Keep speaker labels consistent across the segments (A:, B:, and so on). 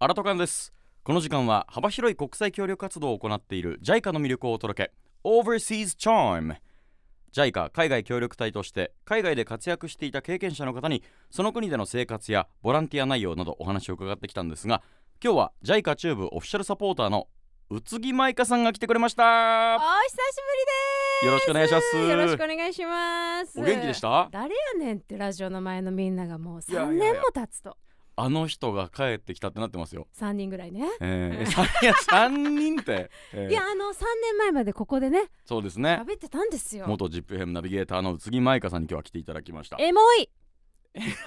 A: アラトカンですこの時間は幅広い国際協力活動を行っている JICA の魅力をお届け Overseas Charm JICA 海外協力隊として海外で活躍していた経験者の方にその国での生活やボランティア内容などお話を伺ってきたんですが今日は JICA 中部オフィシャルサポーターの宇津木舞香さんが来てくれまし
B: お
A: た
B: 久しぶりです
A: よろしくお願いします
B: よろしくお願いします
A: お元気でした
B: 誰やねんってラジオの前のみんながもう
A: いやいや
B: 3
A: いや
B: 年も経つと
A: あの人が帰ってきたってなってますよ
B: 3人ぐらいね
A: えー、3, いや三人って、えー
B: いやあの3年前までここでね
A: そうですね
B: 喋ってたんですよ
A: 元 ZIPFM ナビゲーターの宇津木舞香さんに今日は来ていただきました
B: エモい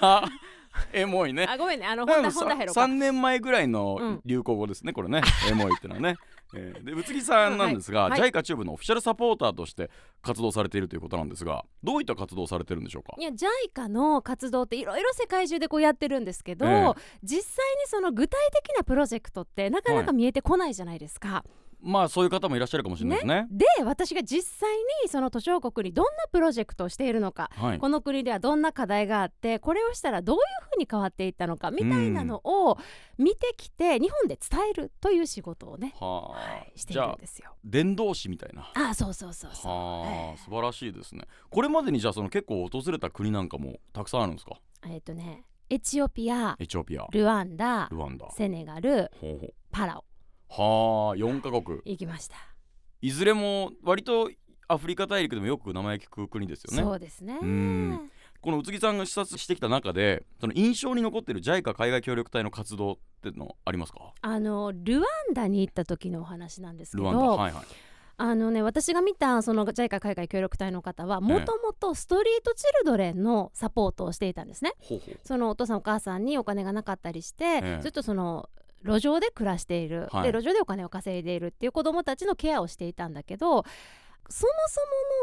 A: あ エモいね
B: あごめんねあの
A: で
B: 本
A: も
B: 題
A: さ
B: 本題入ろう
A: 3
B: か
A: 年前ぐらいうの
B: ん
A: 流行語ですね、これ ねエモいってのはね、えーで宇津木さんなんですが、
B: うんはい
A: JICA 中部のオフィシャルサポーターとして活動されているということなんですがどういった活動をされてるんでしょうか
B: いや JICA の活動っていろいろ世界中でこうやってるんですけど、
A: ええ
B: 実際にその具体的なプロジェクトってなかなか見えてこないじゃないですか、
A: まあそういう方もいらっしゃるかもしれないですね
B: で私が実際にその途上国にどんなプロジェクトをしているのか
A: はい
B: この国ではどんな課題があってこれをしたらどういうふうに変わっていったのかみたいなのを見てきて日本で伝えるという仕事をね、
A: は
B: は
A: あ、
B: い、して
A: じ
B: いる
A: ゃ
B: ん
A: あ
B: ですよ。
A: 伝道師みたいな
B: ああそうそうそうそう。
A: は
B: え
A: あ、素晴らしいですねこれまでにじゃあその結構訪れた国なんかもたくさんあるんですか
B: ええっとねエチオピア
A: エチオピア
B: ルワンダ
A: ルワンダほ
B: セネガ
A: う
B: ル
A: ほう
B: パラオ
A: はあ4カ国
B: 行きました。
A: いずれも割とアフリカ大陸でもよく名前聞く国ですよ
B: そ
A: ね
B: うですね。
A: うんこの宇津木さんが視察してきた中でその印象に残ってる JICA 海外協力隊の活動ってのありますか
B: あのルワンダに行った時のお話なんですけ
A: ル
B: ど、
A: ワンダはいはい
B: あのね私が見たその JICA 海外協力隊の方はもともとストリートチルドレンのサポートをしていたんですね。
A: ほうほう
B: そのお父さんお母さんにお金がなかったりして、
A: ええ
B: ずっとその路上で暮らしている、
A: はい
B: で路上でお金を稼いでいるっていう子どもたちのケアをしていたんだけどそも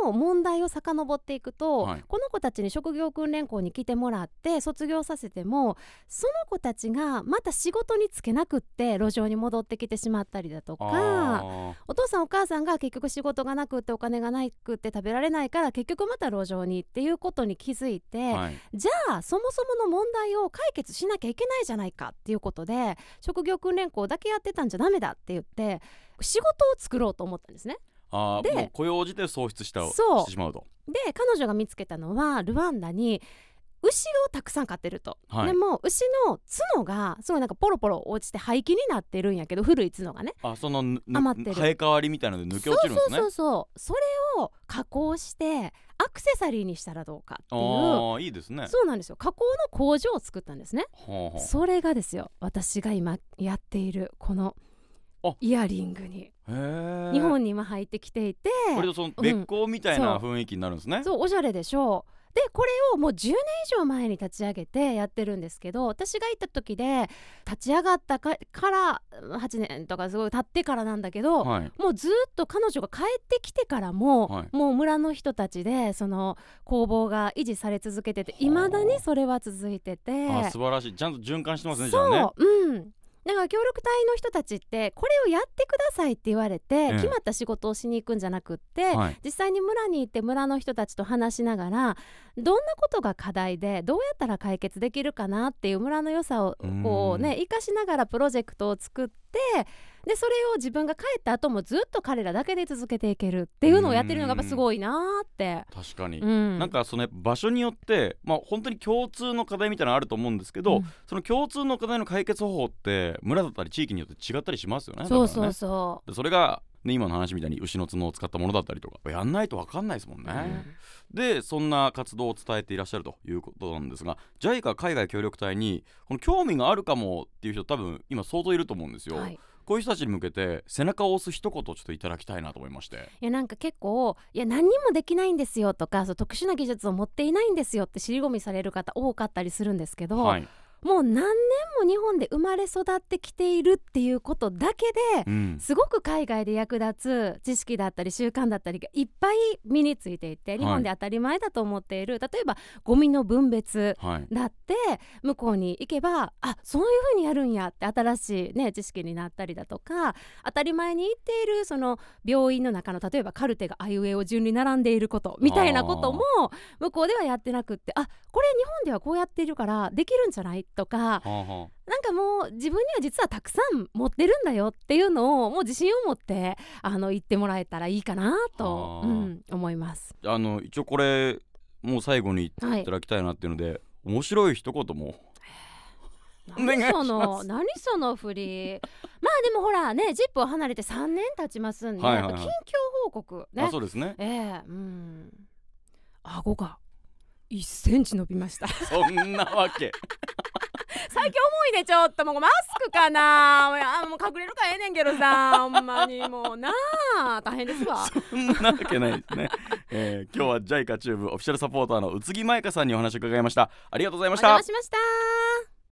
B: そもの問題を遡っていくと、
A: はい
B: この子たちに職業訓練校に来てもらって卒業させてもその子たちがまた仕事に就けなくって路上に戻ってきてしまったりだとか
A: あ
B: お父さんお母さんが結局仕事がなくってお金がなくって食べられないから結局また路上にっていうことに気づいて、
A: ーはい
B: じゃあそもそもの問題を解決しなきゃいけないじゃないかっていうことで職業訓練校だけやってたんじゃダメだって言って仕事を作ろうと思ったんですね
A: あー
B: で
A: もう雇用時で喪失した
B: そう
A: してしまうと
B: で彼女が見つけたのはルワンダに牛をたくさん飼ってると、
A: はい
B: でも牛の角がすごいなんかポロポロ落ちて廃棄になってるんやけど古い角がね
A: あそのぬぬ
B: 余ってる
A: 生え変わりみたいなので抜け落ちるんですね
B: そうそうそうそうそれを加工してアクセサリーにしたらどうかっていう
A: ああいいですね
B: そうなんですよ加工の工場を作ったんですね
A: はあはあ
B: それがですよ私が今やっているこの
A: あ
B: イヤリングに
A: へえ
B: 日本に今入ってきていて
A: 割とその別行みたいな雰囲気になるんですね、
B: そうおしゃれでしょうでこれをもう10年以上前に立ち上げてやってるんですけど私が行った時で立ち上がったかから8年とかすごい経ってからなんだけど、
A: はい
B: もうずっと彼女が帰ってきてからも、
A: はい
B: もう村の人たちでその工房が維持され続けてて
A: はあ
B: いまだにそれは続いてて
A: あー素晴らしいちゃんと循環してますねじゃあね
B: そう、うん。だから協力隊の人たちってこれをやってくださいって言われて、
A: え
B: 決まった仕事をしに行くんじゃなくって、
A: はい
B: 実際に村に行って村の人たちと話しながらどんなことが課題でどうやったら解決できるかなっていう村の良さを
A: うん
B: こうね生かしながらプロジェクトを作ってでそれを自分が帰った後もずっと彼らだけで続けていけるっていうのをやってるのがやっぱすごいなーって。
A: 確かに、
B: うん、
A: なんかそのやっぱ場所によって、まあ、本当に共通の課題みたいなのあると思うんですけど、
B: うん
A: その共通の課題の解決方法って村だったり地域によって違ったりしますよね。
B: そう
A: だから
B: そう
A: ねで
B: そ
A: それが、ね、今の話みたいに牛の角を使ったものだったりとかやんないと分かんないですもん
B: う。
A: ね。でそんな活動を伝えていらっしゃるということなんですが JICA 海外協力隊にこの興味があるかもっていう人多分今相当いると思うんですよ。
B: はい
A: こういう人たちに向けて背中を押す一言をちょっといただきたいなと思いまして。
B: いやなんか結構いや何にもできないんですよとかそう特殊な技術を持っていないんですよって尻込みされる方多かったりするんですけど、
A: はい
B: もう何年も日本で生まれ育ってきているっていうことだけで
A: うん
B: すごく海外で役立つ知識だったり習慣だったりがいっぱい身についていて
A: い
B: 日本で当たり前だと思っている、例えばゴミの分別
A: はい
B: だって向こうに行けばあそういう風にやるんやって新しい、ね、知識になったりだとか当たり前に行っているその病院の中の例えばカルテがあいうえを順に並んでいることみたいなことも向こうではやってなくってあこれ日本ではこうやっているからできるんじゃないっとか
A: はあは
B: なんかもう自分には実はたくさん持ってるんだよっていうのをもう自信を持ってあの言ってもらえたらいいかなと
A: は、あ
B: うん、思います。
A: あ、あの一応これもう最後に
B: はい
A: いただきたいなっていうので面白い一言もお願い
B: 何その
A: します
B: 何その振りまあでもほらねジップを離れて3年経ちますんで、
A: はいはいはい
B: やっぱ近況報告ね
A: あそうですね
B: ええうん顎が1センチ伸びました
A: そんなわけ
B: 最近重いねちょっともうマスクかなもうあもう隠れるからええねんけどさほんまにもうな あ大変ですわ
A: そんなわけないですね、えー、今日は JICA チューブオフィシャルサポーターの宇津木舞香さんにお話を伺いましたありがとうございま
B: お
A: した
B: 邪魔しました